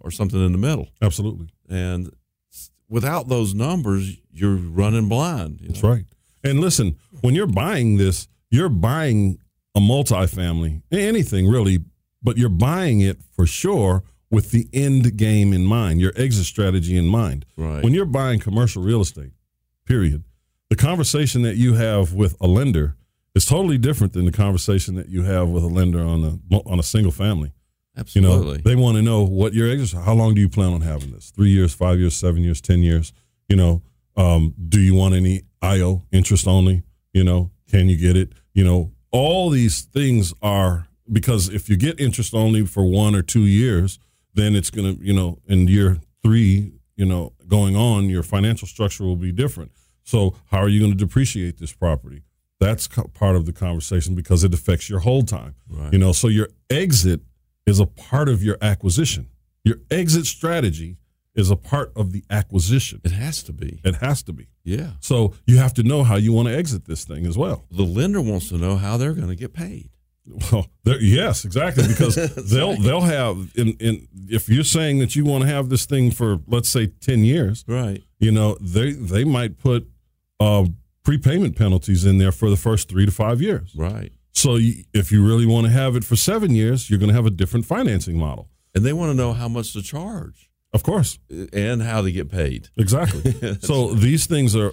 Speaker 2: or something in the middle.
Speaker 3: Absolutely,
Speaker 2: And s- without those numbers, you're running blind. you
Speaker 3: that's
Speaker 2: know?
Speaker 3: right. And listen, when you're buying this, you're buying a multifamily, anything really, but you're buying it for sure with the end game in mind, your exit strategy in mind.
Speaker 2: Right.
Speaker 3: When you're buying commercial real estate, period, the conversation that you have with a lender is totally different than the conversation that you have with a lender on a on a single family. You know,
Speaker 2: Absolutely.
Speaker 3: they want to know what your exit. How long do you plan on having this? Three years, five years, seven years, ten years. You know, um, do you want any IO interest only? You know, can you get it? You know, all these things are because if you get interest only for one or two years, then it's gonna you know in year three, you know, going on, your financial structure will be different. So how are you going to depreciate this property? That's co- part of the conversation because it affects your hold time.
Speaker 2: Right.
Speaker 3: You know, so your exit is a part of your acquisition. Your exit strategy is a part of the acquisition.
Speaker 2: it has to be.
Speaker 3: It has to be.
Speaker 2: Yeah.
Speaker 3: So you have to know how you want to exit this thing as well.
Speaker 2: The lender wants to know how they're going to get paid.
Speaker 3: Well, there- yes, exactly. Because they'll they'll have in, in if you're saying that you want to have this thing for let's say ten years,
Speaker 2: Right.
Speaker 3: you know they they might put uh, prepayment penalties in there for the first three to five years.
Speaker 2: Right.
Speaker 3: So you, if you really want to have it for seven years, you're going to have a different financing model.
Speaker 2: And they want to know how much to charge
Speaker 3: Of course,
Speaker 2: uh, and how they get paid.
Speaker 3: exactly. so these things are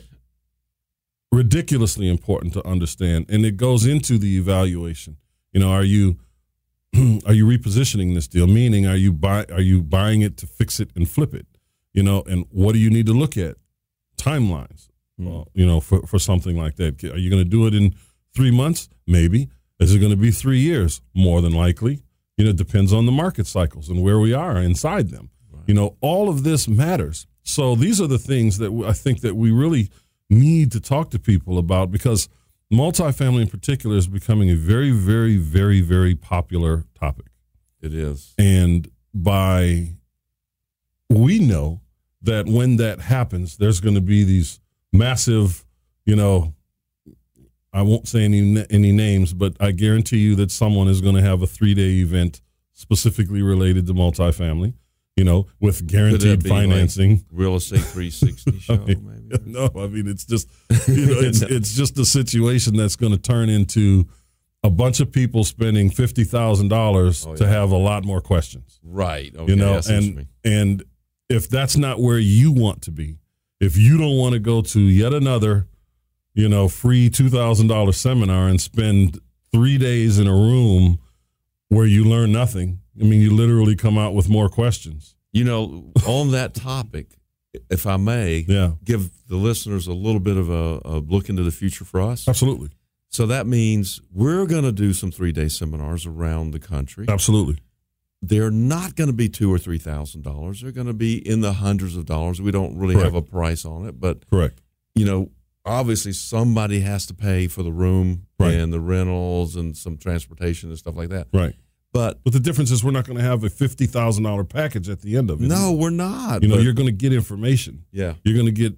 Speaker 3: ridiculously important to understand, and it goes into the evaluation. You know, are you are you repositioning this deal? Meaning, are you buy are you buying it to fix it and flip it? You know, and what do you need to look at? Timelines. uh, you know, for, for something like that. Are you going to do it in three months? Maybe. Is it going to be three years? More than likely. You know, it depends on the market cycles and where we are inside them. You know, all of this matters. So these are the things that w- I think that we really need to talk to people about because multifamily in particular is becoming a very, very, very, very popular topic
Speaker 2: It is.
Speaker 3: and by we know that when that happens there's going to be these massive you know i won't say any any names but i guarantee you that someone is going to have a 3-day event specifically related to multifamily you know with guaranteed
Speaker 2: be like-
Speaker 3: financing
Speaker 2: Real Estate 360 show,
Speaker 3: mean,
Speaker 2: maybe.
Speaker 3: no i mean it's just you know it's it's just a situation that's going to turn into a bunch of people spending $50,000
Speaker 2: Oh,
Speaker 3: to
Speaker 2: yeah.
Speaker 3: have a lot more questions
Speaker 2: Right. Okay,
Speaker 3: you know
Speaker 2: I see what you
Speaker 3: and
Speaker 2: mean.
Speaker 3: and if that's not where you want to be if you don't want to go to yet another you know free $2000 seminar and spend 3 days in a room where you learn nothing i mean you literally come out with more questions
Speaker 2: You know, on that topic, if I may,
Speaker 3: yeah
Speaker 2: give the listeners a little bit of a, a look into the future for us.
Speaker 3: absolutely
Speaker 2: So that means we're going to do some three day seminars around the country.
Speaker 3: absolutely
Speaker 2: They're not going to be two or three thousand dollars. They're going to be in the hundreds of dollars. We don't really
Speaker 3: Correct.
Speaker 2: have a price on it, but
Speaker 3: correct
Speaker 2: you know, obviously somebody has to pay for the room
Speaker 3: Right.
Speaker 2: and the rentals and some transportation and stuff like that.
Speaker 3: right
Speaker 2: But
Speaker 3: but the difference is we're not going to have a $50000 package at the end of it
Speaker 2: no, we're not.
Speaker 3: you know
Speaker 2: But-
Speaker 3: you're going to get information
Speaker 2: yeah.
Speaker 3: you're going to get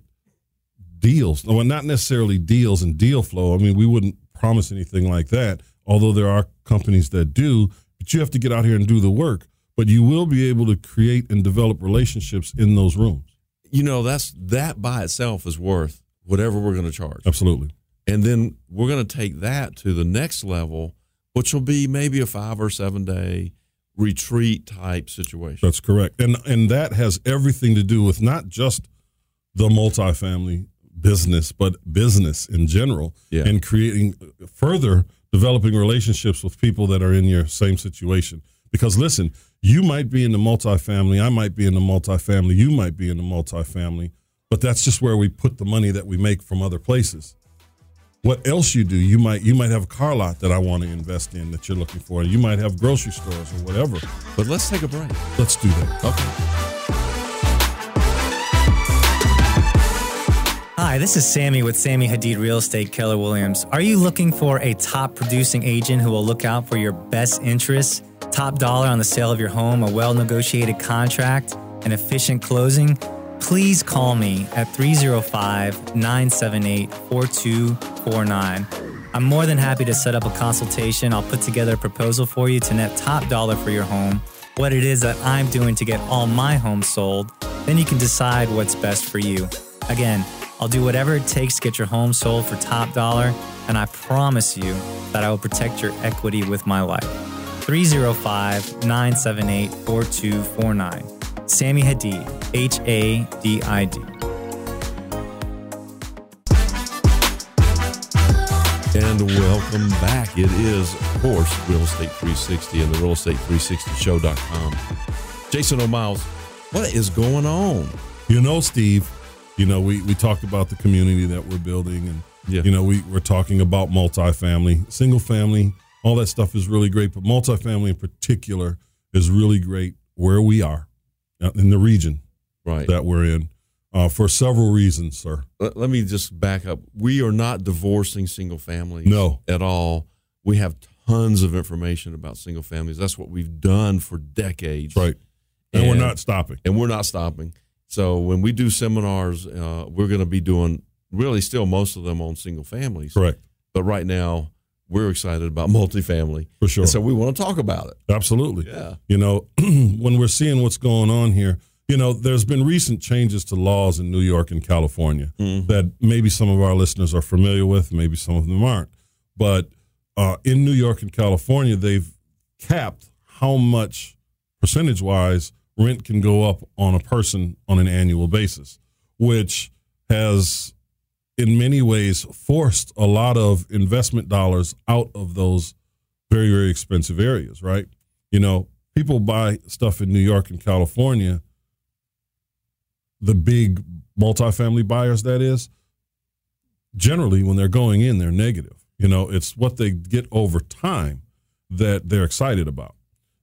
Speaker 3: deals. Well, not necessarily deals and deal flow. I mean, we wouldn't promise anything like that, although there are companies that do, but you have to get out here and do the work. But you will be able to create and develop relationships in those rooms.
Speaker 2: you know that's that by itself is worth whatever we're going to charge
Speaker 3: Absolutely.
Speaker 2: and then we're going to take that to the next level which will be maybe a five or seven day retreat type situation
Speaker 3: That's correct. And and that has everything to do with not just the multifamily business, but business in general
Speaker 2: Yeah.
Speaker 3: and creating further developing relationships with people that are in your same situation. Because listen, you might be in the multifamily, I might be in the multifamily, you might be in the multifamily, but that's just where we put the money that we make from other places. What else you do? You might you might have a car lot that I want to invest in that you're looking for. You might have grocery stores or whatever.
Speaker 2: But let's take a break.
Speaker 3: Let's do that.
Speaker 2: Okay.
Speaker 5: Hi, this is Sammy with Sammy Hadid Real Estate Keller Williams. Are you looking for a top producing agent who will look out for your best interests, top dollar on the sale of your home, a well negotiated contract, an efficient closing? Please call me at 305 978 4249. I'm more than happy to set up a consultation. I'll put together a proposal for you to net top dollar for your home, what it is that I'm doing to get all my homes sold. Then you can decide what's best for you. Again, I'll do whatever it takes to get your home sold for top dollar, and I promise you that I will protect your equity with my life. 305 978 4249. Sammy Hadid, H A D I D.
Speaker 2: And welcome back. It is, of course, Real Estate 360 and the Real Estate 360show.com. Jason O'Miles, what is going on?
Speaker 3: You know, Steve, you know, we, we talked about the community that we're building and,
Speaker 2: Yeah.
Speaker 3: you know, we, we're talking about multifamily, single family, all that stuff is really great, but multifamily in particular is really great where we are uh, in the region
Speaker 2: Right.
Speaker 3: that we're in uh, for several reasons, sir.
Speaker 2: let, let me just back up. We are not divorcing single families
Speaker 3: No.
Speaker 2: at all. We have tons of information about single families. That's what we've done for decades.
Speaker 3: Right. And, we're
Speaker 2: And-
Speaker 3: not stopping.
Speaker 2: and we're not stopping. So when we do seminars, uh, we're going to be doing really still most of them on single families.
Speaker 3: Correct.
Speaker 2: But right now, we're excited about multifamily.
Speaker 3: For sure.
Speaker 2: And so we want to talk about it.
Speaker 3: Absolutely.
Speaker 2: Yeah.
Speaker 3: You know, when we're seeing what's going on here, you know, there's been recent changes to laws in New York and California that maybe some of our listeners are familiar with, maybe some of them aren't. But uh, in New York and California, they've capped how much percentage wise rent can go up on a person on an annual basis, which has in many ways forced a lot of investment dollars out of those very, very expensive areas, right? You know, people buy stuff in New York and California, the big multifamily buyers, that is, generally when they're going in, they're negative. You know, it's what they get over time that they're excited about.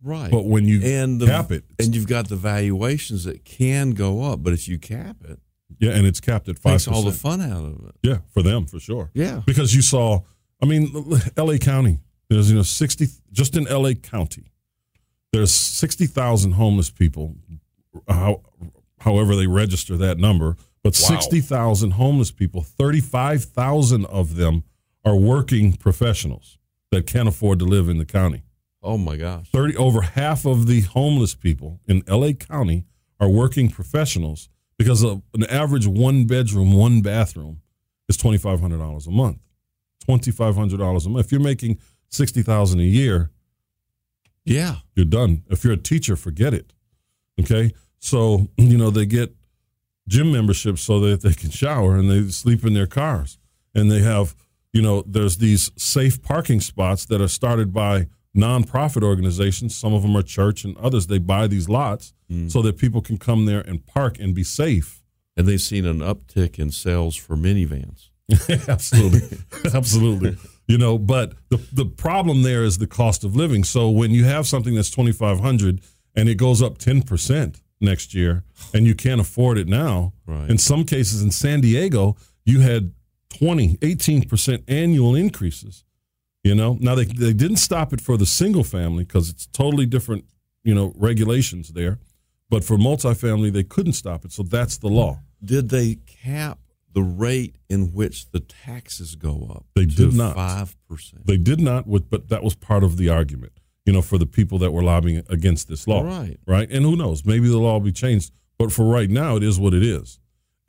Speaker 2: Right.
Speaker 3: But when you
Speaker 2: and
Speaker 3: cap it,
Speaker 2: and you've got the valuations that can go up, but if you cap it, it
Speaker 3: yeah, and it's capped at five
Speaker 2: takes all the
Speaker 3: percent.
Speaker 2: fun out of it.
Speaker 3: Yeah, for them for sure.
Speaker 2: Yeah.
Speaker 3: because you saw, I mean, l- l- L.A. County. There's you know sixty just in L.A. County. There's sixty thousand homeless people. How, however, they register that number, but
Speaker 2: Wow.
Speaker 3: sixty thousand homeless people, thirty-five thousand of them are working professionals that can't afford to live in the county.
Speaker 2: Oh my gosh.
Speaker 3: 30 over half of the homeless people in LA County are working professionals because of an average one bedroom, one bathroom is twenty five hundred dollars a month. Twenty five hundred dollars a month. If you're making sixty thousand a year,
Speaker 2: Yeah.
Speaker 3: you're done. If you're a teacher, forget it. Okay? So, you know, they get gym memberships so that they can shower and they sleep in their cars. And they have, you know, there's these safe parking spots that are started by nonprofit organizations. Some of them are church and others. They buy these lots so that people can come there and park and be safe.
Speaker 2: And they've seen an uptick in sales for minivans.
Speaker 3: absolutely absolutely you know but the the problem there is the cost of living so when you have something that's 2500 and it goes up 10% next year and you can't afford it now
Speaker 2: Right.
Speaker 3: in some cases in San Diego you had 20 18% annual increases you know now they, they didn't stop it for the single family because it's totally different you know regulations there but for multifamily they couldn't stop it so that's the law
Speaker 2: did they cap the rate in which the taxes go up?
Speaker 3: They did not.
Speaker 2: Five percent.
Speaker 3: They did not, with- but that was part of the argument, you know, for the people that were lobbying against this law.
Speaker 2: Right.
Speaker 3: Right. And who knows? Maybe the law will be changed. But for right now, it is what it is.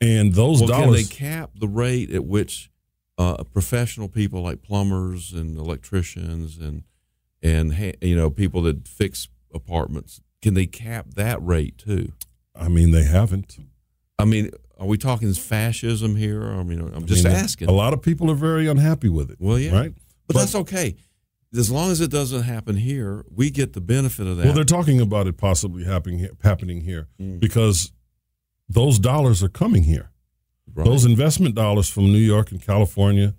Speaker 3: And those
Speaker 2: Well, can they
Speaker 3: dollars,
Speaker 2: cap the rate at which uh, professional people like plumbers and electricians and and ha- you know people that fix apartments can they cap that rate too?
Speaker 3: I mean, they haven't.
Speaker 2: I mean, are we talking fascism here? I mean, I'm just
Speaker 3: I mean,
Speaker 2: asking.
Speaker 3: A lot of people are very unhappy with it.
Speaker 2: Well, yeah.
Speaker 3: Right.
Speaker 2: but, that's okay. As long as it doesn't happen here, we get the benefit of that.
Speaker 3: Well, they're talking about
Speaker 2: Mm.
Speaker 3: it possibly happening happening here because those dollars are coming here.
Speaker 2: Right.
Speaker 3: Those investment dollars from New York and California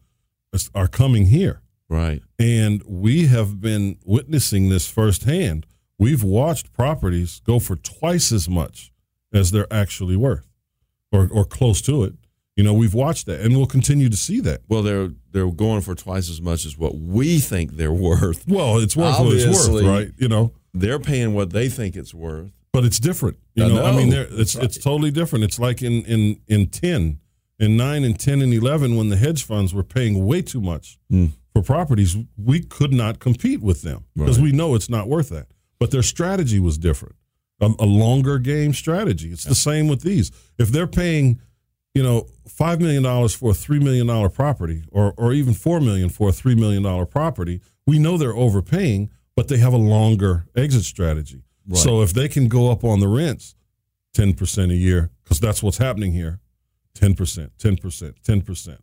Speaker 3: is- are coming here.
Speaker 2: Right.
Speaker 3: And we have been witnessing this firsthand. We've watched properties go for twice as much as they're actually worth or, or close to it. You know, we've watched that and we'll continue to see that.
Speaker 2: Well, they're they're going for twice as much as what we think they're worth.
Speaker 3: Well, it's worth what it's worth,
Speaker 2: Obviously.
Speaker 3: right? You know,
Speaker 2: They're paying what they think it's worth.
Speaker 3: but it's different. You
Speaker 2: I
Speaker 3: know, I mean,
Speaker 2: know.
Speaker 3: there, it's
Speaker 2: Right.
Speaker 3: it's totally different. It's like in in in ten, in nine, and ten, and eleven, when the hedge funds were paying way too much
Speaker 2: Hmm.
Speaker 3: for properties, we could not compete with them because
Speaker 2: Right.
Speaker 3: we know it's not worth that. But their strategy was different, a, a longer game strategy. It's the same with these. If they're paying, you know, five million dollars for a three million dollar property, or or even four million for a three million dollar property, we know they're overpaying, but they have a longer exit strategy.
Speaker 2: Right.
Speaker 3: So if they can go up on the rents ten percent a year, because that's what's happening here, ten percent, ten percent, ten percent,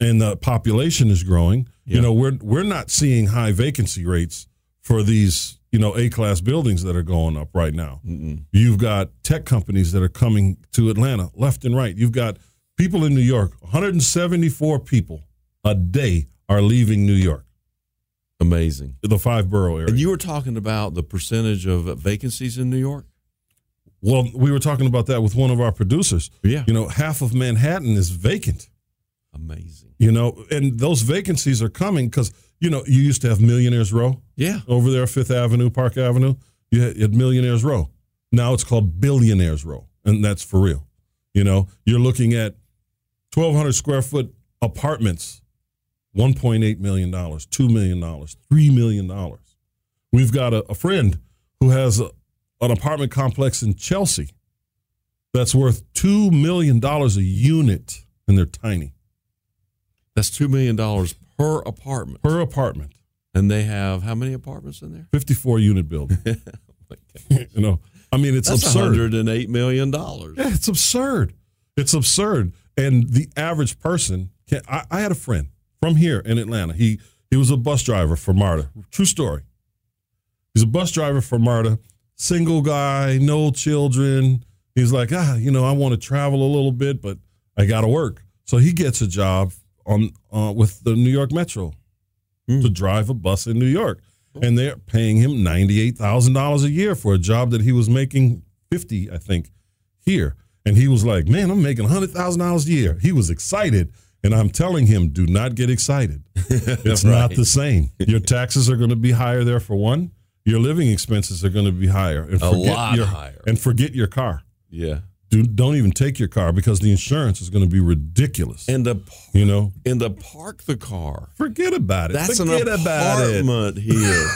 Speaker 3: and the population is growing.
Speaker 2: Yeah.
Speaker 3: You know, we're we're not seeing high vacancy rates for these you know A class buildings that are going up right now.
Speaker 2: Mm-mm.
Speaker 3: You've got tech companies that are coming to Atlanta left and right. You've got people in New York. 174 people a day are leaving New York,
Speaker 2: Amazing.
Speaker 3: the five borough area.
Speaker 2: And you were talking about the percentage of vacancies in New York.
Speaker 3: well, we were talking about that with one of our producers.
Speaker 2: Yeah.
Speaker 3: You know, half of Manhattan is vacant.
Speaker 2: Amazing.
Speaker 3: You know, and those vacancies are coming because you know you used to have Millionaires Row
Speaker 2: Yeah.
Speaker 3: over there, Fifth Avenue, Park Avenue. You had, you had Millionaires Row. Now it's called Billionaires Row, and that's for real. You know, you're looking at 1,200 square foot apartments, 1.8 million dollars, two million dollars, three million dollars. We've got a, a friend who has a, an apartment complex in Chelsea that's worth two million dollars a unit, and they're tiny
Speaker 2: That's two million dollars per apartment.
Speaker 3: per apartment.
Speaker 2: And they have how many apartments in there?
Speaker 3: 54 unit building. you know, I mean, it's
Speaker 2: That's
Speaker 3: absurd.
Speaker 2: hundred and eight million dollars.
Speaker 3: Yeah, it's absurd. It's absurd. And the average person can. I, I had a friend from here in Atlanta. He he was a bus driver for MARTA. True story. He's a bus driver for MARTA. Single guy, no children. He's like, ah, you know, I want to travel a little bit, but I got to work. So he gets a job on uh, with the New York Metro to drive a bus in New York. And they're paying him $98,000 a year for a job that he was making 50, I think, here. And he was like, "Man, I'm making $100,000 a year." He was excited, and I'm telling him, "Do not get excited. It's not the same. Your taxes are going to be higher there for one. Your living expenses are going to be higher. And
Speaker 2: A lot
Speaker 3: your,
Speaker 2: higher.
Speaker 3: And forget your car.
Speaker 2: Yeah.
Speaker 3: Do, don't even take your car because the insurance is going to be ridiculous.
Speaker 2: And the par-
Speaker 3: you know,
Speaker 2: and the park the car.
Speaker 3: forget about it.
Speaker 2: That's an
Speaker 3: forget about it.
Speaker 2: apartment here.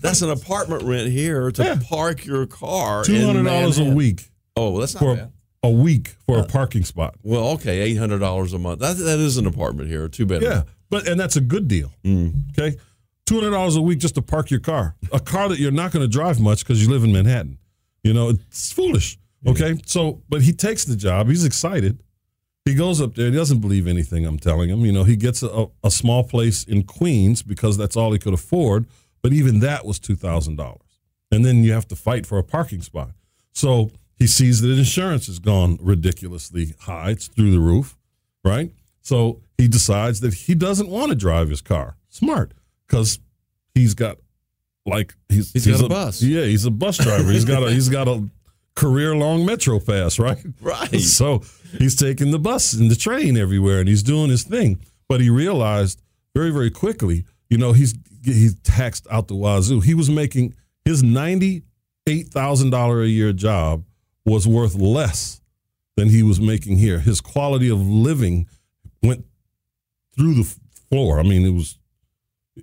Speaker 2: That's an apartment rent here to
Speaker 3: Yeah.
Speaker 2: park your car. in
Speaker 3: Two hundred dollars a
Speaker 2: Manhattan.
Speaker 3: week
Speaker 2: Oh, well, that's not
Speaker 3: for
Speaker 2: bad.
Speaker 3: a week for
Speaker 2: Uh,
Speaker 3: a parking spot.
Speaker 2: Well, okay, eight hundred dollars a month. That that is an apartment here, two bedroom.
Speaker 3: Yeah, but and that's a good deal. Okay, two hundred dollars a week just to park your car, a car that you're not going to drive much because you live in Manhattan. You know, it's foolish. Okay, so but he takes the job. He's excited. He goes up there. He doesn't believe anything I'm telling him. You know, he gets a, a small place in Queens because that's all he could afford. But even that was two thousand dollars, and then you have to fight for a parking spot. So he sees that insurance has gone ridiculously high. It's through the roof right? So he decides that he doesn't want to drive his car. Smart, because he's got like he's
Speaker 2: He's got a bus.
Speaker 3: Yeah, he's a bus driver. He's got a he's got a career long metro pass, right?
Speaker 2: Right.
Speaker 3: So he's taking the bus and the train everywhere, and he's doing his thing. But he realized very very quickly, you know, he's he's taxed out the wazoo. He was making his ninety eight thousand dollar a year job was worth less than he was making here. His quality of living went through the f- floor. I mean, it was,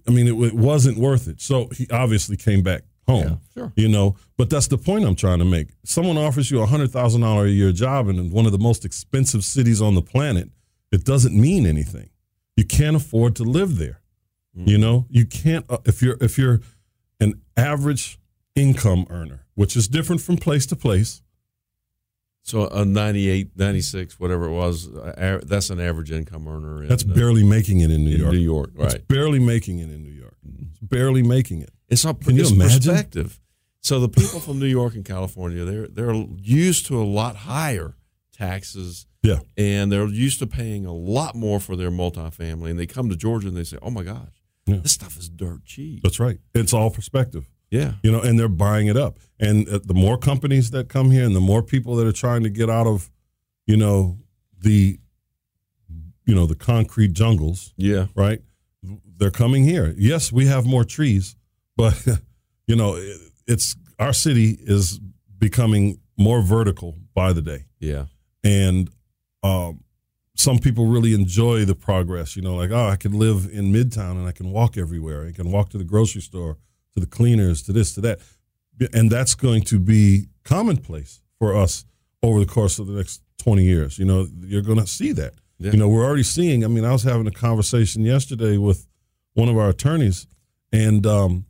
Speaker 3: I mean, it, wa- it wasn't worth it. So he obviously came back home.
Speaker 2: Yeah, sure.
Speaker 3: You know, but that's the point I'm trying to make. Someone offers you a hundred thousand dollar a year job in one of the most expensive cities on the planet. It doesn't mean anything. You can't afford to live there.
Speaker 2: Mm.
Speaker 3: You know, you can't uh, if you're if you're an average income earner, which is different from place to place.
Speaker 2: So a 98, 96, whatever it was, uh, a- that's an average income earner. In,
Speaker 3: That's
Speaker 2: uh,
Speaker 3: barely making it in New
Speaker 2: in
Speaker 3: York.
Speaker 2: New York,
Speaker 3: It's
Speaker 2: right? Mm-hmm.
Speaker 3: barely making it in New York. It's barely making it.
Speaker 2: It's all
Speaker 3: Can you
Speaker 2: it's
Speaker 3: imagine?
Speaker 2: perspective. So the people from New York and California, they're they're used to a lot higher taxes
Speaker 3: Yeah.
Speaker 2: and they're used to paying a lot more for their multifamily, and they come to Georgia and they say, "Oh my gosh,
Speaker 3: Yeah.
Speaker 2: this stuff is dirt cheap."
Speaker 3: That's right. It's all perspective.
Speaker 2: Yeah,
Speaker 3: you know, and they're buying it up. And uh, the more companies that come here, and the more people that are trying to get out of, you know, the, you know, the concrete jungles,
Speaker 2: yeah,
Speaker 3: right? They're coming here. Yes, we have more trees, but you know, it, it's our city is becoming more vertical by the day,
Speaker 2: yeah,
Speaker 3: and um, some people really enjoy the progress. You know, like oh, I can live in Midtown and I can walk everywhere. I can walk to the grocery store, to the cleaners, to this, to that, and that's going to be commonplace for us over the course of the next twenty years. You know, you're going to see that.
Speaker 2: Yeah.
Speaker 3: You know, we're already seeing. I mean, I was having a conversation yesterday with one of our attorneys, and um,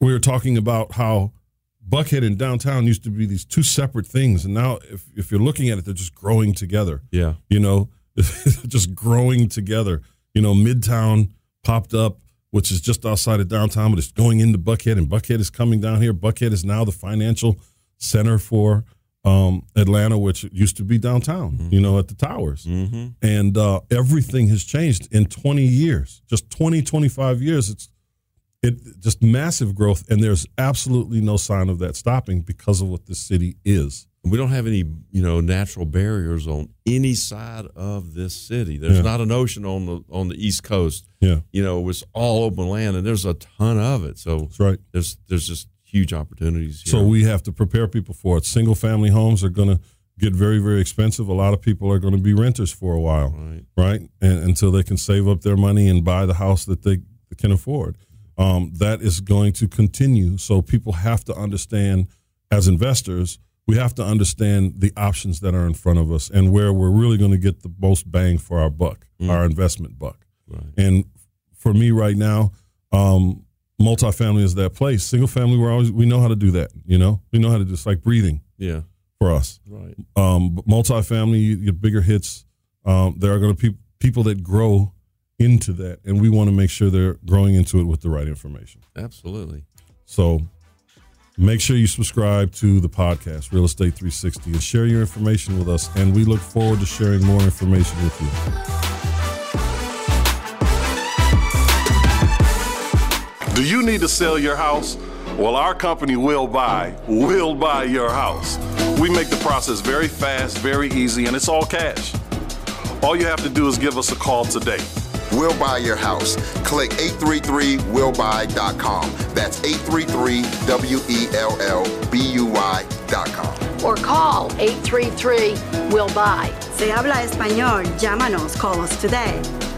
Speaker 3: we were talking about how Buckhead and downtown used to be these two separate things, and now if, if you're looking at it, they're just growing together.
Speaker 2: yeah,
Speaker 3: You know, just growing together. You know, Midtown popped up, which is just outside of downtown, but it's going into Buckhead, and Buckhead is coming down here. Buckhead is now the financial center for um, Atlanta, which it used to be downtown. You know, at the towers
Speaker 2: mm-hmm.
Speaker 3: and uh, everything has changed in 20 years just 20 25 years it's it just massive growth and there's absolutely no sign of that stopping because of what this city is
Speaker 2: We don't have any, you know, natural barriers on any side of this city. There's
Speaker 3: Yeah.
Speaker 2: not an ocean on the on the East Coast.
Speaker 3: yeah
Speaker 2: You know, it's all open land, and there's a ton of it. So
Speaker 3: that's right
Speaker 2: there's there's just huge opportunities. Here.
Speaker 3: so we have to prepare people for it single family homes are going to get very very expensive a lot of people are going to be renters for a while
Speaker 2: right,
Speaker 3: right? And until they can save up their money and buy the house that they can afford. Um, that is going to continue. So people have to understand, as investors, we have to understand the options that are in front of us and where we're really going to get the most bang for our buck, our investment buck.
Speaker 2: right,
Speaker 3: And for me right now, um, multifamily is that place. Single family, we're always we know how to do that. You know, we know how to do. It's like breathing
Speaker 2: yeah,
Speaker 3: for us
Speaker 2: right,
Speaker 3: um, but multifamily, you get bigger hits. Um, there are going to be people that grow into that, and we want to make sure they're growing into it with the right information.
Speaker 2: absolutely.
Speaker 3: So make sure you subscribe to the podcast, Real Estate 360, and share your information with us. And we look forward to sharing more information with you.
Speaker 6: Do you need to sell your house? Well, our company will buy, will buy your house. We make the process very fast, very easy, and it's all cash. All you have to do is give us a call today.
Speaker 7: We'll buy your house. Click 833willbuy.com. That's E 833-W-E-L-L-B-U-Y.com.
Speaker 8: or call 833 will buy.
Speaker 9: Si habla español, llámanos, call us today.